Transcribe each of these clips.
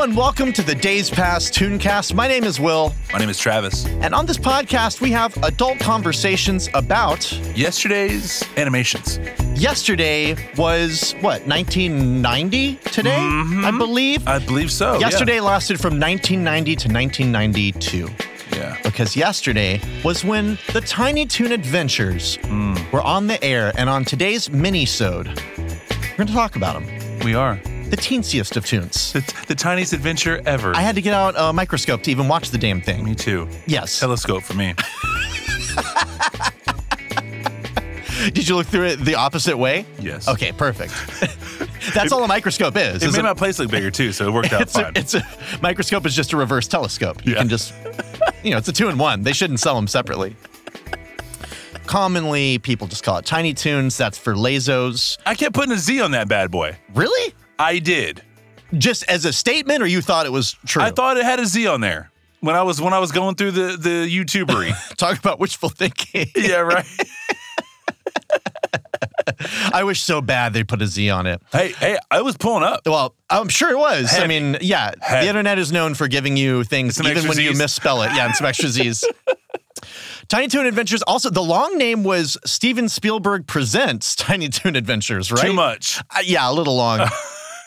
and welcome to the Days Past Tooncast. My name is Will, My name is Travis. and on this podcast, we have adult conversations about Yesterday's animations. yesterday was what, 1990 today, I believe? I believe so. Uh, yeah. yesterday lasted from 1990 to 1992. Yeah. because yesterday was when the Tiny Toon Adventures were on the air, and on today's mini-sode, we're going to talk about them. We are. The teensiest of tunes. The, the tiniest adventure ever. I had to get out a microscope to even watch the damn thing. me too. Yes. Telescope for me. Did you look through it the opposite way? Yes. Okay, perfect. That's all a microscope is. It is made a- my place look bigger too, so it worked out it's a, fine. it's a microscope is just a reverse telescope. You Yeah. can just, you know, it's a two in one. They shouldn't sell them separately. Commonly, people just call it Tiny Toons. That's for Lazos. I kept putting a Z on that bad boy. Really? I did. just as a statement, or you thought it was true? I thought it had a Z on there when I was when I was going through the the YouTubery. Talk about wishful thinking. yeah, right. I wish so bad they put a Z on it. hey, hey, I was pulling up. Well, I'm sure it was. I Heavy. mean, yeah, the Heavy. internet is known for giving you things Some even extra when you Zs. misspell it. Yeah, and some extra Z's. Tiny Toon Adventures. Also, the long name was Steven Spielberg presents Tiny Toon Adventures. Right? Too much. Uh, yeah, a little long.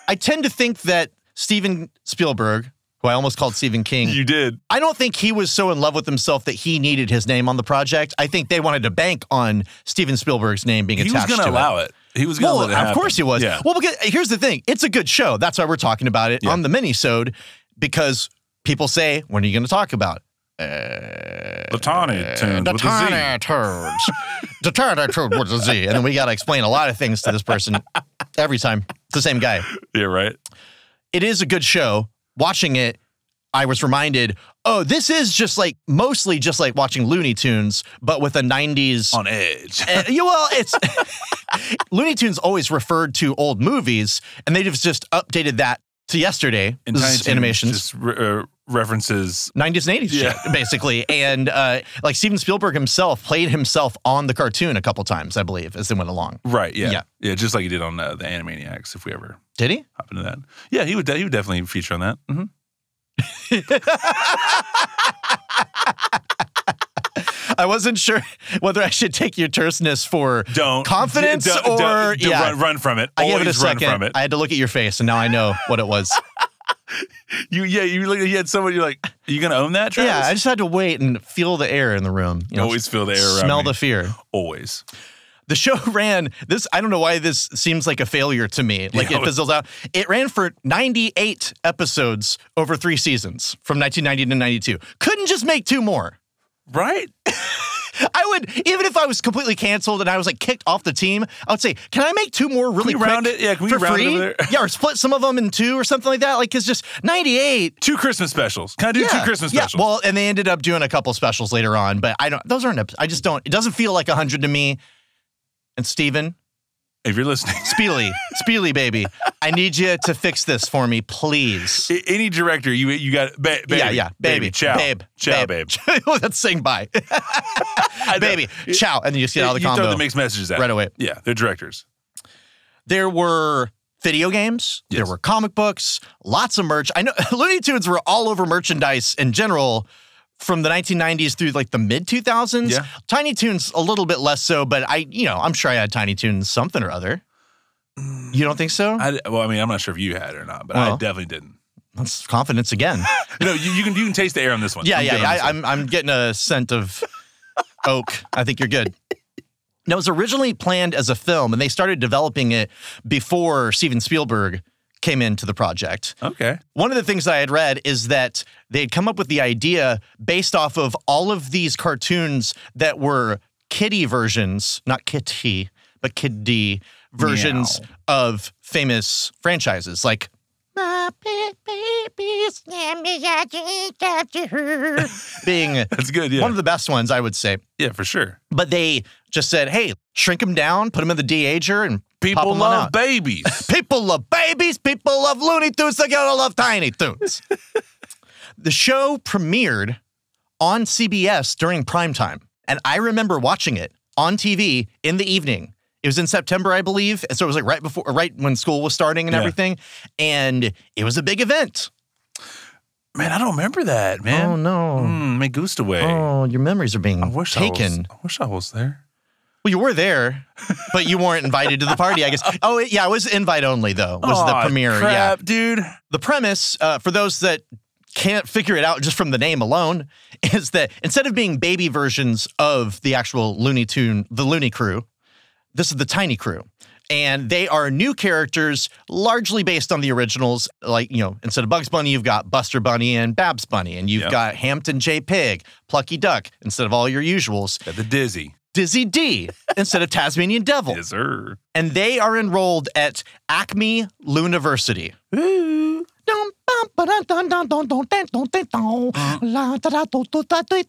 I tend to think that Steven Spielberg, who I almost called Stephen King, You did. I don't think he was so in love with himself that he needed his name on the project. I think they wanted to bank on Steven Spielberg's name being He was attached going to to allow it. it. He was going to Well, let it of happen. course he was. Yeah. Well, because eh, here's the thing: it's a good show. That's why we're talking about it Yeah. on the mini-sode because people say, "When are you going to talk about it?" Eh, The tiny tunes Uh, The with a Z. tiny toads. The tiny toad with a Z. And then we got to explain a lot of things to this person every time. It's the same guy. Yeah, right. it is a good show. Watching it, I was reminded, oh, this is just like mostly just like watching Looney Tunes, but with a 90s. On edge. Eh, yeah, well, it's Looney Tunes always referred to old movies, and they've just updated that to yesterday. And This Tiny is Toons animations. just re- uh, references 90s and 80s Yeah. shit, basically. And uh, like Steven Spielberg himself played himself on the cartoon a couple times, I believe, as they went along. Right. Yeah. Yeah. Yeah. just like he did on uh, the Animaniacs. If we ever Did he? hop into that, yeah, he would. De- he would definitely feature on that. Mm-hmm. hmm I wasn't sure whether I should take your terseness for Don't Confidence d- d- or- d- yeah. run, run from it. I Always gave it a run second. from it. I had to look at your face, and now I know what it was. you yeah. You like you had someone. You're like, are you gonna own that? Travis? yeah, I just had to wait and feel the air in the room. You know, always feel the air. around smell me. the fear. always. The show ran this. I don't know why this seems like a failure to me. Like Yeah, it it- fizzles out. It ran for 98 episodes over three seasons from 1990 to 92. Couldn't just make two more. Right. I would, even if I was completely canceled and I was like kicked off the team, I would say, can I make two more really we quick round it? Yeah, can we for round it free? over there? yeah, or split some of them in two or something like that. Like, it's just 98. Two Christmas specials. Can I do two Christmas specials? Well, and they ended up doing a couple specials later on, but I don't. Those aren't. ep- I just don't. It doesn't feel like hundred to me. And Steven, if you're listening, Speely, Speely, baby, I need you to fix this for me, please. a- any director, you you got ba- baby, yeah, yeah, baby, ciao, babe, ciao, babe. babe, oh, that's saying bye, I know. baby, ciao, and then you just get out of the you combo throw the mixed messages at right it. away. Yeah, they're directors. There were video games. There Yes. were comic books. Lots of merch. I know Looney Tunes were all over merchandise in general from the 1990s through like the mid 2000s. Yeah. Tiny Tunes a little bit less so, but I, you know, I'm sure I had Tiny Tunes something or other. You don't think so? Mm. I, well, I mean, I'm not sure if you had it or not, but Well. I definitely didn't. That's confidence again. No, you, you can you can taste the air on this one. Yeah, I'm yeah, good on yeah. this I, one. I'm I'm getting a scent of oak. I think you're good. Now, it was originally planned as a film, and they started developing it before Steven Spielberg came into the project. okay. One of the things I had read is that they had come up with the idea based off of all of these cartoons that were kitty versions, not kitty, but kiddie versions of famous franchises like My Big Baby Sammy, I Think After Her being That's good. Yeah, one of the best ones, I would say. yeah, for sure. But they just said, hey, shrink them down, put them in the de-ager, and pop People 'em on out. love babies. People love babies. People love Looney Tunes. They gotta love Tiny Tunes. the show premiered on CBS during primetime, and I remember watching it on TV in the evening. It was in September, I believe, and so it was like right before, right when school was starting and Yeah. everything, and it was a big event. Man, I don't remember that, man. Oh no. Mm, me gusta way. Oh, your memories are being I wish I was, taken. I wish I was there. Well, you were there, but you weren't invited to the party, I guess. Oh, it- yeah, it was invite only though. Was Aw, the premiere? Yeah. Crap, dude. The premise uh, for those that can't figure it out just from the name alone is that instead of being baby versions of the actual Looney Tune, the Looney Crew, this is the Tiny Crew. And they are new characters, largely based on the originals. Like, you know, instead of Bugs Bunny, you've got Buster Bunny and Babs Bunny, and you've Yep. got Hampton J. Pig, Plucky Duck, instead of all your usuals. Got the dizzy. Dizzy D instead of Tasmanian Devil. Yes, sir. And they are enrolled at Acme Luniversity. Ooh.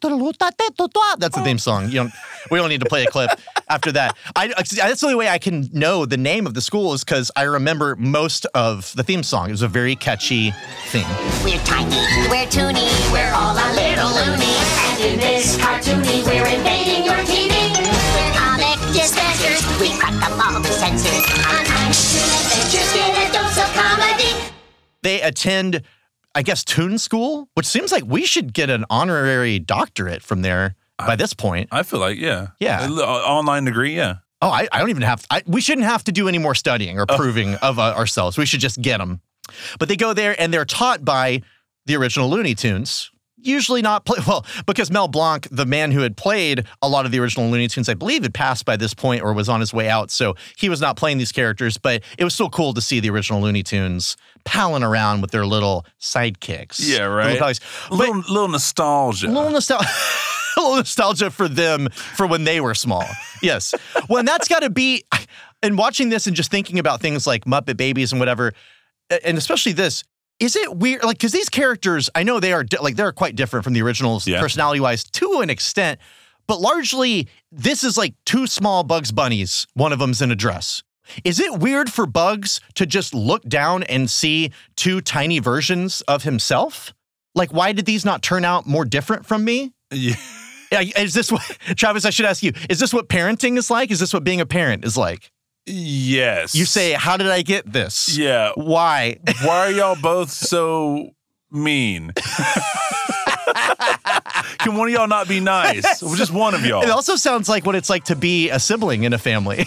That's the theme song. You don't, we don't need to play a clip after that. I, that's the only way I can know the name of the school is because I remember most of the theme song. It was a very catchy thing. We're tiny, we're toony, we're all a little loony. And in this cartoony, we're invading your TV. We're comic dispensers, we crack up all the censors. On action adventures, get a dose of comedy. They attend, I guess, Toon School, which seems like we should get an honorary doctorate from there by this point. I feel like, yeah. A Yeah. li- a- Online degree, yeah. Oh, I, I don't even have. I, we shouldn't have to do any more studying Oh. or proving of uh, ourselves. We should just get them. But they go there and they're taught by the original Looney Tunes. Usually not play well because Mel Blanc, the man who had played a lot of the original Looney Tunes, I believe had passed by this point or was on his way out, so he was not playing these characters. But it was still cool to see the original Looney Tunes palling around with their little sidekicks. Yeah, Little right. colleagues. A little, little nostalgia. A little nostalgia. a little nostalgia for them for when they were small. Yes. Well, and that's got to be, and watching this and just thinking about things like Muppet Babies and whatever, a- and especially this, is it weird? Like, because these characters, I know they are di- like they're quite different from the originals, Yeah. personality wise, to an extent, but largely this is like two small Bugs Bunnies. One of them's in a dress. Is it weird for Bugs to just look down and see two tiny versions of himself? Like, why did these not turn out more different from me? yeah. Yeah, Is this what, Travis, I should ask you, is this what parenting is like? Is this what being a parent is like? Yes. You say, How did I get this? Yeah. Why? Why are y'all both so mean? Can one of y'all not be nice? Just one of y'all. It also sounds like what it's like to be a sibling in a family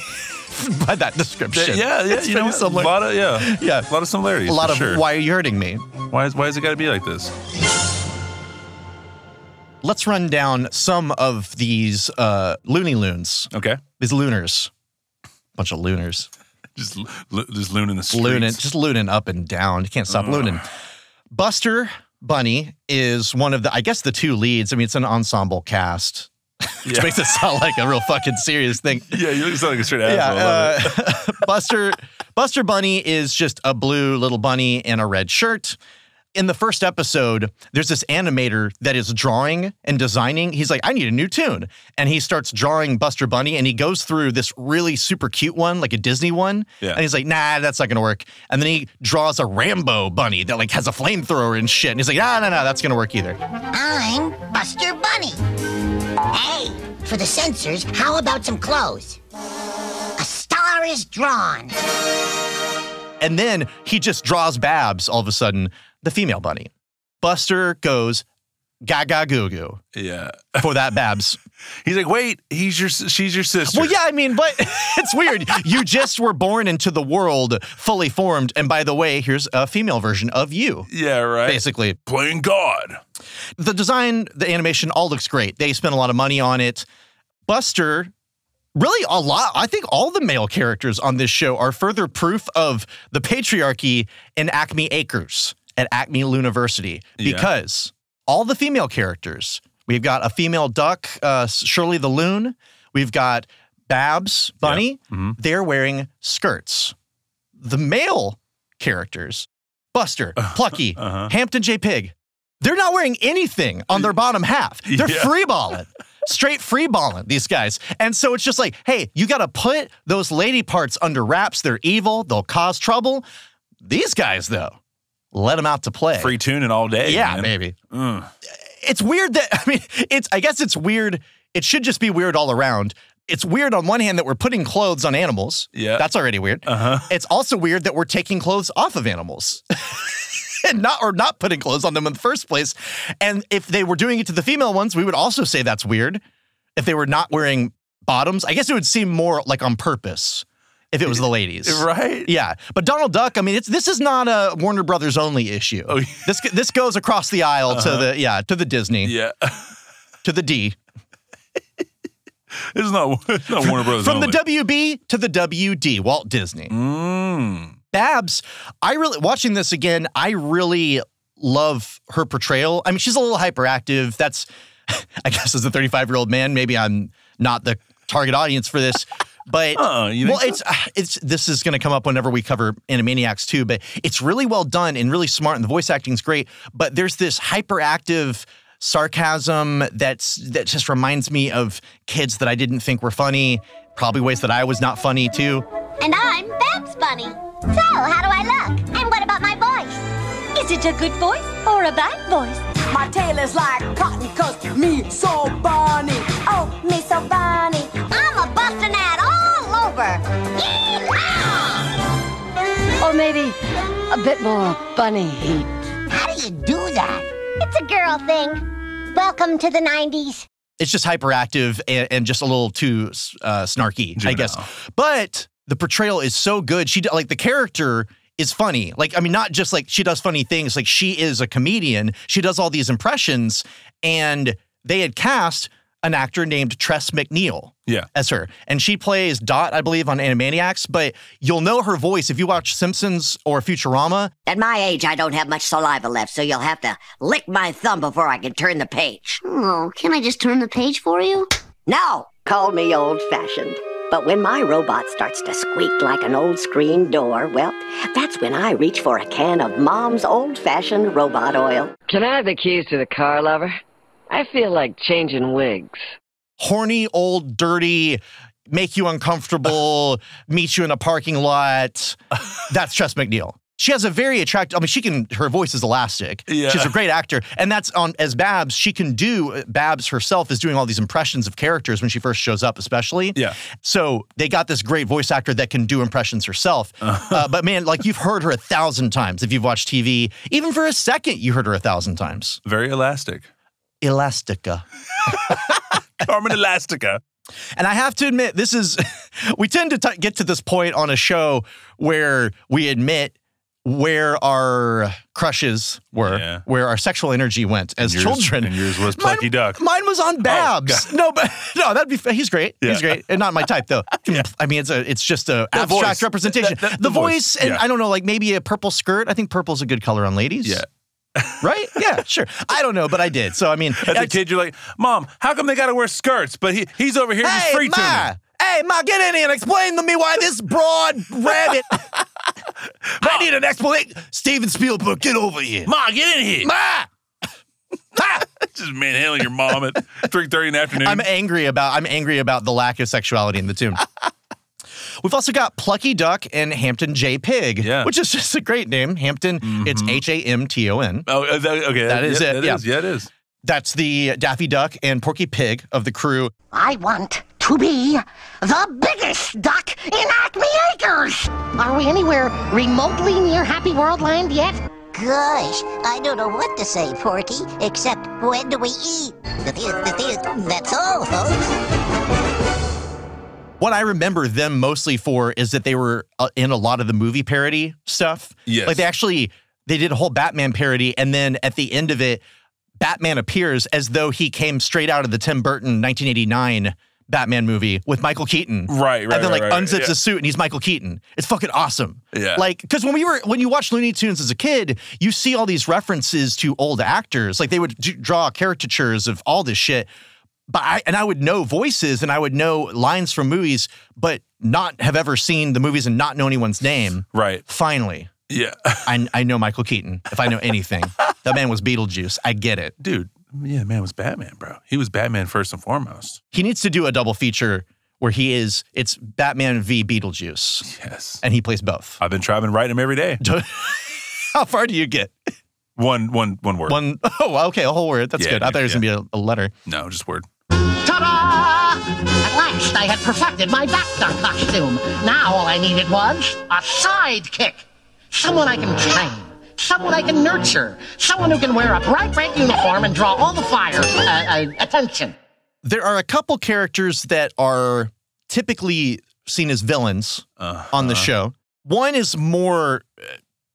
by that description. yeah, yeah. It's you know, pretty a similar. lot of yeah, Yeah. a lot of similarities. A lot for of sure. why are you hurting me? Why is why is it got to be like this? Let's run down some of these uh, loony loons, Okay, these lunars. Bunch of lunars. just lo- just looning the streets. Looning, just looning up and down. You can't stop looning. Buster Bunny is one of the, I guess, the two leads. I mean, it's an ensemble cast, which Yeah. makes it sound like a real fucking serious thing. Yeah, you look sound like a straight asshole. I Yeah, love it. uh, Buster Buster Bunny is just a blue little bunny in a red shirt. In the first episode, there's this animator that is drawing and designing. He's like, I need a new tune. And he starts drawing Buster Bunny and he goes through this really super cute one, like a Disney one. Yeah. And he's like, nah, that's not gonna work. And then he draws a Rambo bunny that like has a flamethrower and shit. And he's like, nah, nah, nah, that's gonna work either. I'm Buster Bunny. Hey, for the censors, how about some clothes? A star is drawn. And then he just draws Babs all of a sudden, the female bunny. Buster goes gaga goo goo yeah. for that Babs. He's like, wait, he's your s- she's your sister. well, yeah, I mean, but it's weird. You just were born into the world fully formed. And by the way, here's a female version of you, yeah, right. basically. Playing God. The design, the animation all looks great. They spent a lot of money on it. Buster, really a lot. I think all the male characters on this show are further proof of the patriarchy in Acme Acres at Acme University Yeah. because all the female characters, we've got a female duck, uh, Shirley the Loon, we've got Babs Bunny, Mhm. they're wearing skirts. The male characters, Buster, Plucky, Uh-huh. Hampton J. Pig, they're not wearing anything on their bottom half. They're Yeah. free balling, straight free balling, these guys. And so it's just like, hey, you got to put those lady parts under wraps. They're evil, they'll cause trouble. These guys, though, let them out to play. Free tuning all day. yeah, man. baby. Mm. It's weird that, I mean, it's, I guess it's weird. It should just be weird all around. It's weird on one hand that we're putting clothes on animals. Yeah. That's already weird. Uh huh. It's also weird that we're taking clothes off of animals. and not or not putting clothes on them in the first place. And if they were doing it to the female ones, we would also say that's weird. If they were not wearing bottoms, I guess it would seem more like on purpose if it was the ladies. right? Yeah, but Donald Duck. I mean, it's this is not a Warner Brothers only issue. Oh, yeah. Uh-huh. This this goes across the aisle to the yeah to the Disney Yeah. to the D It's not, it's not Warner Brothers. from only. the WB to the WD. Walt Disney. Mm. Babs, I really watching this again, I really love her portrayal. I mean, she's a little hyperactive. That's I guess as a 35-year-old man, maybe I'm not the target audience for this. But Uh-uh, you think well, so? it's uh, it's this is going to come up whenever we cover Animaniacs too. But it's really well done and really smart, and the voice acting's great. But there's this hyperactive sarcasm that's that just reminds me of kids that I didn't think were funny, probably ways that I was not funny too. And I'm Babs Bunny. So, how do I look? And what about my voice? Is it a good voice or a bad voice? My tail is like cotton cause me so bonny. Oh, me so bunny. I'm a bustin' ad all over. Yeehaw! Or maybe a bit more bunny heat. How do you do that? It's a girl thing. Welcome to the 90s. it's just hyperactive and, and just a little too uh, snarky, I Juvenile. guess. But the portrayal is so good. She d- like the character is funny. Like I mean, not just like she does funny things. Like she is a comedian. She does all these impressions, and they had cast an actor named Tress McNeil Yeah. as her, and she plays Dot, I believe, on Animaniacs. But you'll know her voice if you watch Simpsons or Futurama. At my age, I don't have much saliva left, so you'll have to lick my thumb before I can turn the page. Oh, can I just turn the page for you? No! Call me old fashioned. But when my robot starts to squeak like an old screen door, well, that's when I reach for a can of Mom's old fashioned robot oil. Can I have the keys to the car, lover? I feel like changing wigs. horny, old, dirty, make you uncomfortable, meet you in a parking lot. That's Tress McNeil. She has a very attractive. I mean, she can. Her voice is elastic. Yeah. She's a great actor, and that's on as Babs. She can do. Babs herself is doing all these impressions of characters when she first shows up, especially. Yeah. So they got this great voice actor that can do impressions herself. Uh-huh. Uh, but man, like you've heard her a thousand times if you've watched TV. Even for a second, you heard her a thousand times. Very elastic. Elastica. Carmen Elastica. And I have to admit, this is, we tend to t- get to this point on a show where we admit where our crushes were, Yeah. where our sexual energy went as Yours- children. And yours was Mine- Plucky Duck. Oh, Mine was on Babs. no, but no, that'd be. He's great. He's Yeah. great, and not my type though. I mean, it's a, it's just a The abstract voice. representation. Th- th- the the, voice, voice, and yeah. I don't know, like maybe a purple skirt. I think purple's a good color on ladies. Yeah. Right? Yeah. Sure. I don't know, but I did. So I mean, As a it's- kid, you're like, Mom, how come they got to wear skirts? But he, he's over here just free tuning. Hey, Ma, get in here and explain to me why this broad rabbit. I need an explanation. Steven Spielberg, get over here. Ma, get in here. Ma! Just manhandling your mom at 3.30 in the afternoon. I'm angry about I'm angry about the lack of sexuality in the tomb. We've also got Plucky Duck and Hampton J. Pig, Yeah. which is just a great name. Hampton, it's H A M T O N. oh, uh, that- okay. That is yeah, it, That yeah. is. Yeah, it is. That's the Daffy Duck and Porky Pig of the crew. I want to be the biggest duck in Acme Acres. Are we anywhere remotely near Happy World Land yet? Gosh, I don't know what to say, Porky, except when do we eat? That's all, folks. What I remember them mostly for is that they were uh, in a lot of the movie parody stuff. Yes. Like they actually they did a whole Batman parody and then at the end of it Batman appears as though he came straight out of the Tim Burton 1989 Batman movie with Michael Keaton. Right, right, And then right, like right, unzips yeah. his suit and he's Michael Keaton. It's fucking awesome. Yeah. Like cuz when we were when you watch Looney Tunes as a kid, you see all these references to old actors. Like they would d- draw caricatures of all this shit but I and I would know voices and I would know lines from movies, but not have ever seen the movies and not know anyone's name. Right. Finally, Yeah. I I know Michael Keaton. If I know anything, that man was Beetlejuice. I get it. Dude, yeah, man was Batman, bro. He was Batman first and foremost. He needs to do a double feature where he is. It's Batman v Beetlejuice, Yes. and he plays both. I've been trying to write him every day. How far do you get? One, one, one word. One oh okay, a whole word. That's Yeah, good. I thought it was yeah. gonna be a, a letter. No, just word. Ta-da! At last, I had perfected my back duck costume. Now all I needed was a sidekick. Someone I can train, someone I can nurture, someone who can wear a bright red uniform and draw all the fire uh, uh, attention. there are a couple characters that are typically seen as villains on Uh-huh. the show. One is more uh,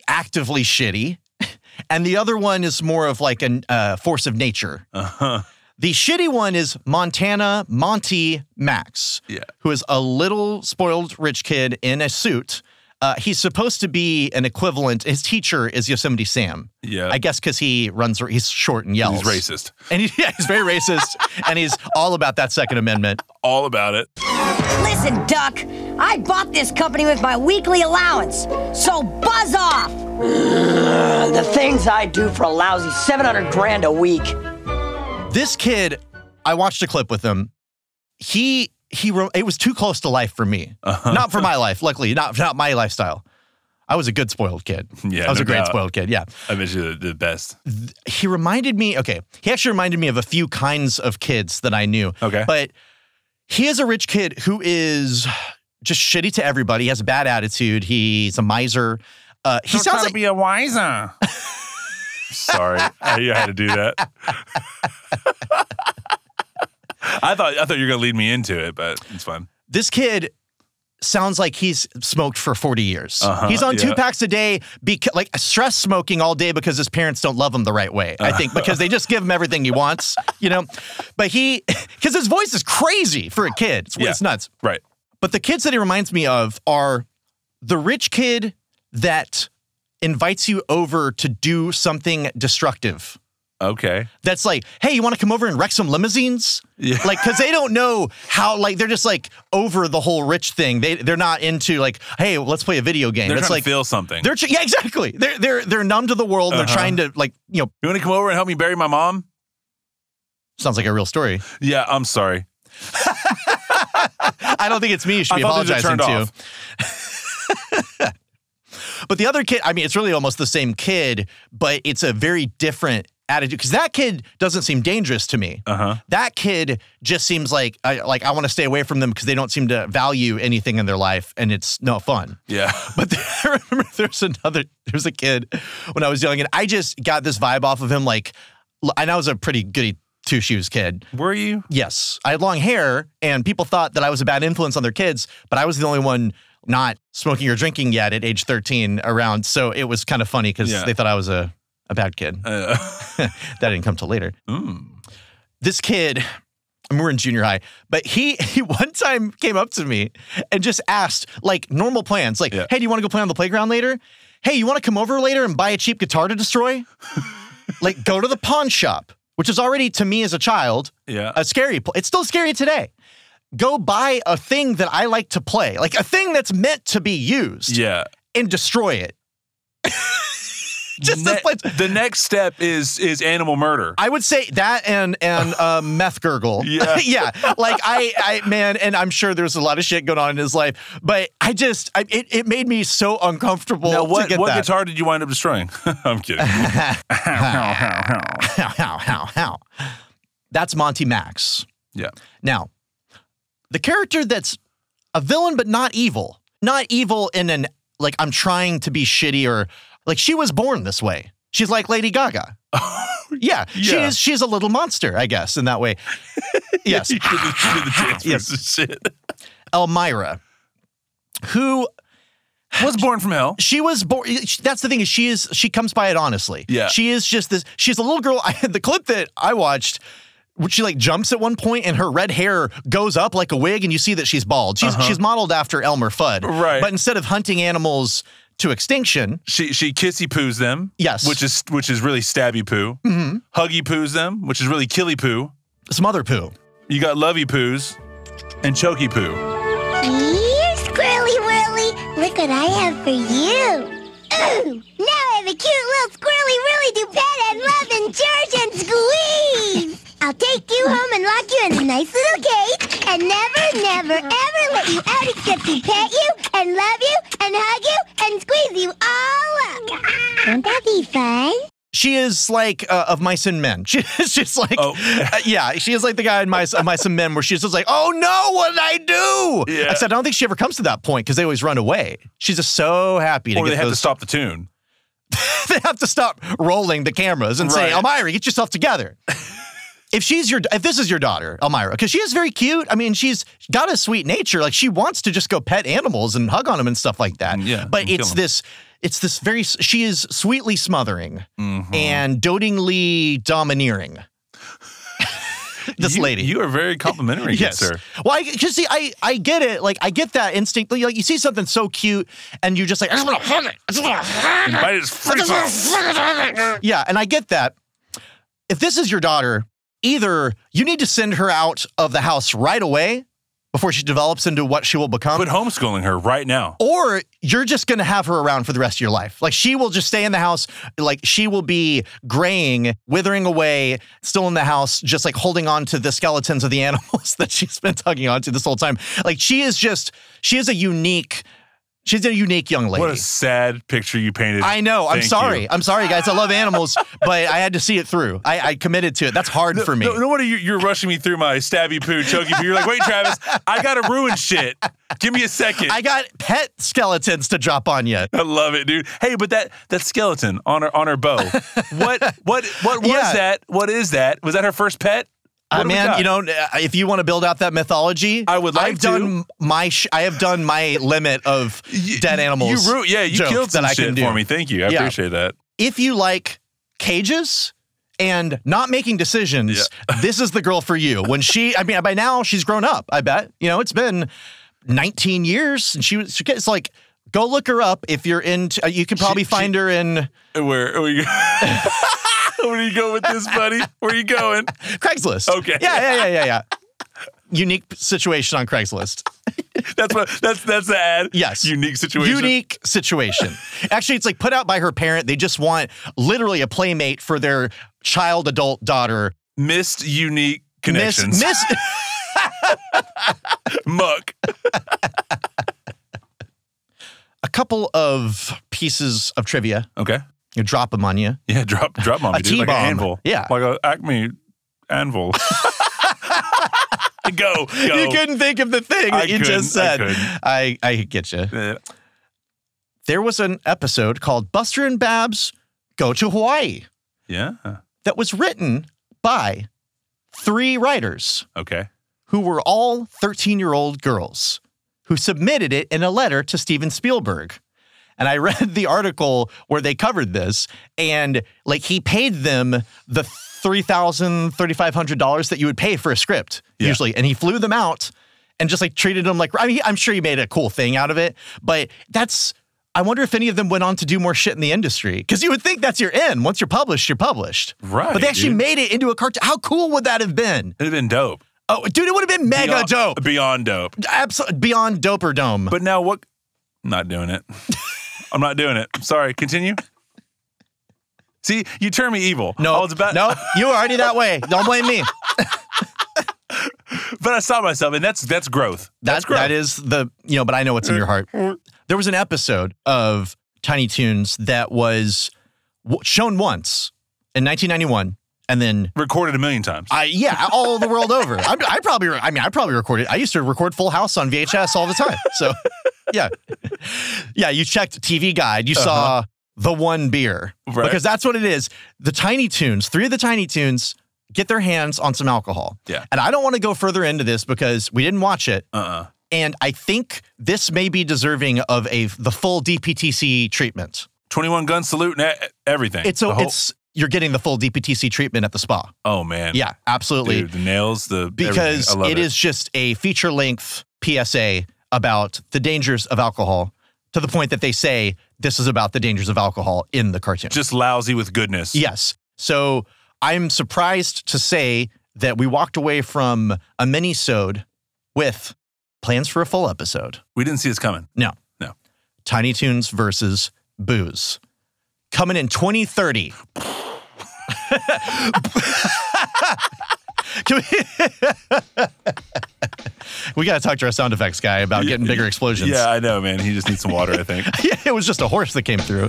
actively shitty, and the other one is more of like a uh, force of nature. Uh-huh. The shitty one is Montana Monty Max, Yeah. who is a little spoiled rich kid in a suit. Uh, he's supposed to be an equivalent. His teacher is Yosemite Sam. Yeah. I guess because he runs, he's short and yells. He's racist. And he, yeah, he's very racist, and he's all about that Second Amendment. All about it. Listen, Duck, I bought this company with my weekly allowance, so buzz off! The things I do for a lousy 700 grand a week. This kid, I watched a clip with him. He he wrote it was too close to life for me. Uh-huh. Not for my life, luckily, not not my lifestyle. I was a good spoiled kid. Yeah, I was no a great doubt. spoiled kid. Yeah. I bet you the, the best. he reminded me okay he actually reminded me of a few kinds of kids that i knew Okay. but he is a rich kid who is just shitty to everybody he has a bad attitude he's a miser uh, he sounds like be a wiser. Sorry, I I had to do that. I thought I thought you were gonna lead me into it, but it's fine. this kid sounds like he's smoked for 40 years Uh-huh, he's on two yeah. packs a day because like stress smoking all day because his parents don't love him the right way Uh-huh. i think because they just give him everything he wants you know but he because his voice is crazy for a kid it's, it's Yeah. nuts Right. But the kids that he reminds me of are the rich kid that invites you over to do something destructive. Okay. That's like, hey, you want to come over and wreck some limousines? Yeah. Like, because they don't know how. Like, they're just like over the whole rich thing. They they're not into like, hey, let's play a video game. They're It's trying like to feel something. they're tr- yeah, exactly. They're they're they're numb to the world. and They're Uh-huh. trying to like, you know, you want to come over and help me bury my mom? sounds like a real story. Yeah, I'm sorry. I don't think it's me you should I be thought these were turned apologizing to. but the other kid, I mean, it's really almost the same kid, but it's a very different attitude because that kid doesn't seem dangerous to me. Uh huh. That kid just seems like I, like I want to stay away from them because they don't seem to value anything in their life, and it's no fun. Yeah. But there, I remember there's another, there's a kid when I was young, and I just got this vibe off of him. Like, l- and I was a pretty goody two shoes kid. Were you? Yes, I had long hair, and people thought that I was a bad influence on their kids, but I was the only one not smoking or drinking yet at age 13 around. So it was kind of funny because Yeah. they thought I was a, a bad kid. Uh, that didn't come till later. mm. This kid, and we're in junior high, but he he one time came up to me and just asked like normal plans, like, Yeah. "Hey, do you want to go play on the playground later? Hey, you want to come over later and buy a cheap guitar to destroy? like, go to the pawn shop." Which is already to me as a child Yeah. a scary pl- it's still scary today go buy a thing that i like to play like a thing that's meant to be used yeah. and destroy it just Ne- this place. the next step is is animal murder. I would say that and and uh, meth gurgle. Yeah. yeah. Like I, I, man, and I'm sure there's a lot of shit going on in his life, but I just, I, it, it made me so uncomfortable now, to what get what that. guitar did you wind up destroying? I'm kidding. how, how, how, how? That's Monty Max. yeah. Now, the character that's a villain but not evil, not evil in an like I'm trying to be shitty or like she was born this way. She's like Lady Gaga. yeah, she Oh, Yeah. is. She's a little monster, I guess, in that way. yes, You did the, you did the Yes. transfers and shit. Elmira, who Was born from hell. she was born. That's the thing is she is she comes by it honestly. Yeah. she is just this. She's a little girl. I, the clip that I watched. when She like jumps at one point and her red hair goes up like a wig, and you see that she's bald. She's she's modeled after Elmer Fudd, Uh-huh. Right. But instead of hunting animals to extinction, She she kissy poos them. Yes. Which is which is really stabby poo. Mm-hmm. Huggy poos them, which is really killy poo. some other poo. You got lovey poos and choky poo. Here, Squirrely Whirly, look what I have for you. Ooh, now I have a cute little Squirrely Whirly to pet and love and charge and squeeze. I'll take you home and lock you in a nice little cage and never, never, ever let you out except to pet you and love you and hug you and squeeze you all up. Won't that be fun? She is like uh, of Mice and Men. She, she's like, Oh. uh, yeah, she is like the guy in Mice, uh, Mice and Men where she's just like, oh no, what did I do? Yeah. Except I don't think she ever comes to that point because they always run away. She's just so happy to Or get they have those to stop the tune. they have to stop rolling the cameras and Right. say, Elmira, get yourself together. if she's your, if this is your daughter, Elmira, because she is very cute. I mean, she's got a sweet nature. Like she wants to just go pet animals and hug on them and stuff like that. Yeah, But and kill it's 'em. this, it's this very, she is sweetly smothering Uh-huh. Mm-hmm. and dotingly domineering. this You- lady. You are very complimentary, yes, sir. Well, I just see, I, I get it. Like, I get that instinct. Like, you see something so cute, and you're just like, I just want to hug it. I just want to hug it. Bite his face off. Yeah, and I get that. If this is your daughter, either you need to send her out of the house right away before she develops into what she will become, Quit homeschooling her right now. or you're just going to have her around for the rest of your life. Like, she will just stay in the house. Like, she will be graying, withering away, still in the house, just like holding on to the skeletons of the animals that she's been tugging onto this whole time. Like, she is just, she is a unique, she's a unique young lady. What a sad picture you painted. I know. I'm Thank sorry. you. I'm sorry, guys. I love animals, but I had to see it through. I, I committed to it. That's hard for me. No, no wonder you, you're rushing me through my stabby poo, choky poo. You're like, wait, Travis, I gotta ruin shit. Give me a second. I got pet skeletons to drop on you. I love it, dude. Hey, but that that skeleton on her on her bow. what what what was Yeah. that? What is that? Was that her first pet? What Uh, do we man, got? you know, if you want to build out that mythology, I would like I've done my. Sh- I have done my limit of dead animals. You root, yeah. You joke killed some that I shit can do. for me. Thank you. I Yeah. appreciate that. If you like cages and not making decisions, this is the girl for you. When she, I mean, by now she's grown up. I bet you know it's been 19 years, and she was. she- It's like go look her up if you're into. uh, You can probably find her in Where are you? Where are you going with this, buddy? Where are you going? Craigslist. Okay. Yeah, yeah, yeah, yeah, yeah. Unique situation on Craigslist. That's what. That's that's the ad. Yes. Unique situation. Unique situation. Actually, it's like put out by her parent. They just want literally a playmate for their child, adult, daughter. Missed unique Miss, connections. miss. Muck. a couple of pieces of trivia. Okay. You drop them on you. Yeah. Drop drop mommy. A dude, like an T-bomb. anvil. Yeah. Like a Acme anvil. go, go. You couldn't think of the thing I that you just couldn't, I said. couldn't. I, I, get you. Uh, There was an episode called Buster and Babs Go to Hawaii Yeah. that was written by three writers. Okay. who were all 13 year old girls who submitted it in a letter to Steven Spielberg. And I read the article where they covered this, and like he paid them the $3,000, $3,500 that you would pay for a script Yeah. usually. And he flew them out and just like treated them like, I mean, I'm sure he made a cool thing out of it, but that's, I wonder if any of them went on to do more shit in the industry. Cause you would think that's your end. Once you're published, you're published. Right, But they actually dude. made it into a cartoon. How cool would that have been? It'd have been dope. Oh, dude, it would have been mega Beyond- dope. Beyond dope. Absolutely beyond Doper Dome. But now what? Not doing it. I'm not doing it. I'm sorry. Continue. See, you turn me evil. no, I was about, Oh, no, you were already that way. Don't blame me. but I stopped myself, and that's that's growth. That's growth. that is the you know. But I know what's in your heart. There was an episode of Tiny Toons that was w- shown once in 1991, and then recorded a million times. I yeah, all the world over. I, I probably re- I mean I probably recorded. I used to record Full House on VHS all the time. So yeah, yeah. You checked TV Guide. You saw the one beer Uh-huh. Right. because that's what it is. The Tiny Tunes. Three of the Tiny Tunes get their hands on some alcohol. Yeah. and I don't want to go further into this because we didn't watch it. uh-uh. And I think this may be deserving of a the full DPTC treatment. 21 gun salute and e- everything. It's a, The whole- it's you're getting the full DPTC treatment at the spa. oh man. Yeah, absolutely. Dude, the nails, the because everything. I love it is just a feature length PSA about the dangers of alcohol to the point that they say this is about the dangers of alcohol in the cartoon. just lousy with goodness. yes. So I'm surprised to say that we walked away from a mini sode with plans for a full episode. We didn't see this coming. No. No. Tiny Toons versus Booze. Coming in 2030. Can we- we got to talk to our sound effects guy about getting bigger explosions. Yeah, I know, man. He just needs some water, I think. it was just a horse that came through.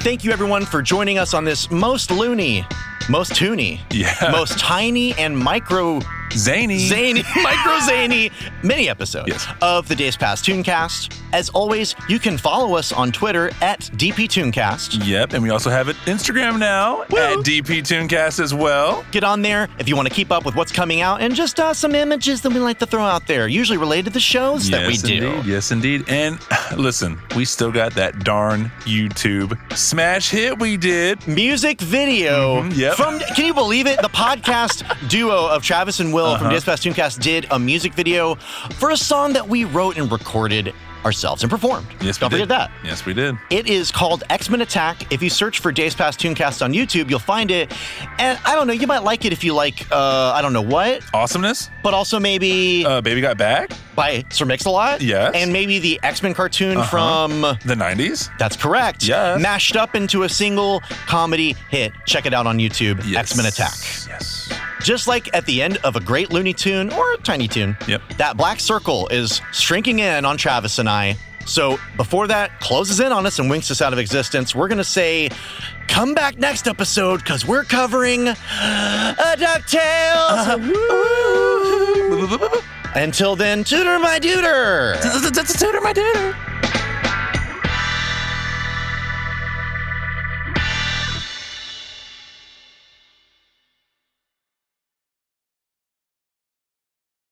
Thank you, everyone, for joining us on this most loony, most toony, Yeah. most tiny and micro Zany. zany, micro zany mini episode Yes. of the Days Past Tooncast. As always, you can follow us on Twitter at DPTuneCast. Yep, and we also have it Instagram now at DP Tooncast as well. Get on there if you want to keep up with what's coming out and just uh, some images that we like to throw out there, usually related to the shows that we yes, do. Indeed. Yes, indeed. And listen, we still got that darn YouTube smash hit we did. music video Mhm, yep. from can you believe it the podcast duo of travis and will Uh-huh. from dispatch tooncast did a music video for a song that we wrote and recorded ourselves and performed Yes, don't we forget did. that Yes, we did. it is called X-Men Attack. If you search for Days Past Tooncast on YouTube, you'll find it. And I don't know, you might like it if you like, uh, I don't know what, Awesomeness. but also maybe Uh, Baby Got Back. by Sir Mix-a-Lot. yes. And maybe the X-Men cartoon from The 90s. that's correct. Yes. Mashed up into a single comedy hit. Check it out on YouTube. Yes. X Men Attack. Yes. Just like at the end of a great Looney Tune or a Tiny Tune, Yep. that black circle is shrinking in on Travis and I. So before that closes in on us and winks us out of existence, we're going to say, come back next episode because we're covering a DuckTales. Until then, tutor my tutor. Tutor my tutor.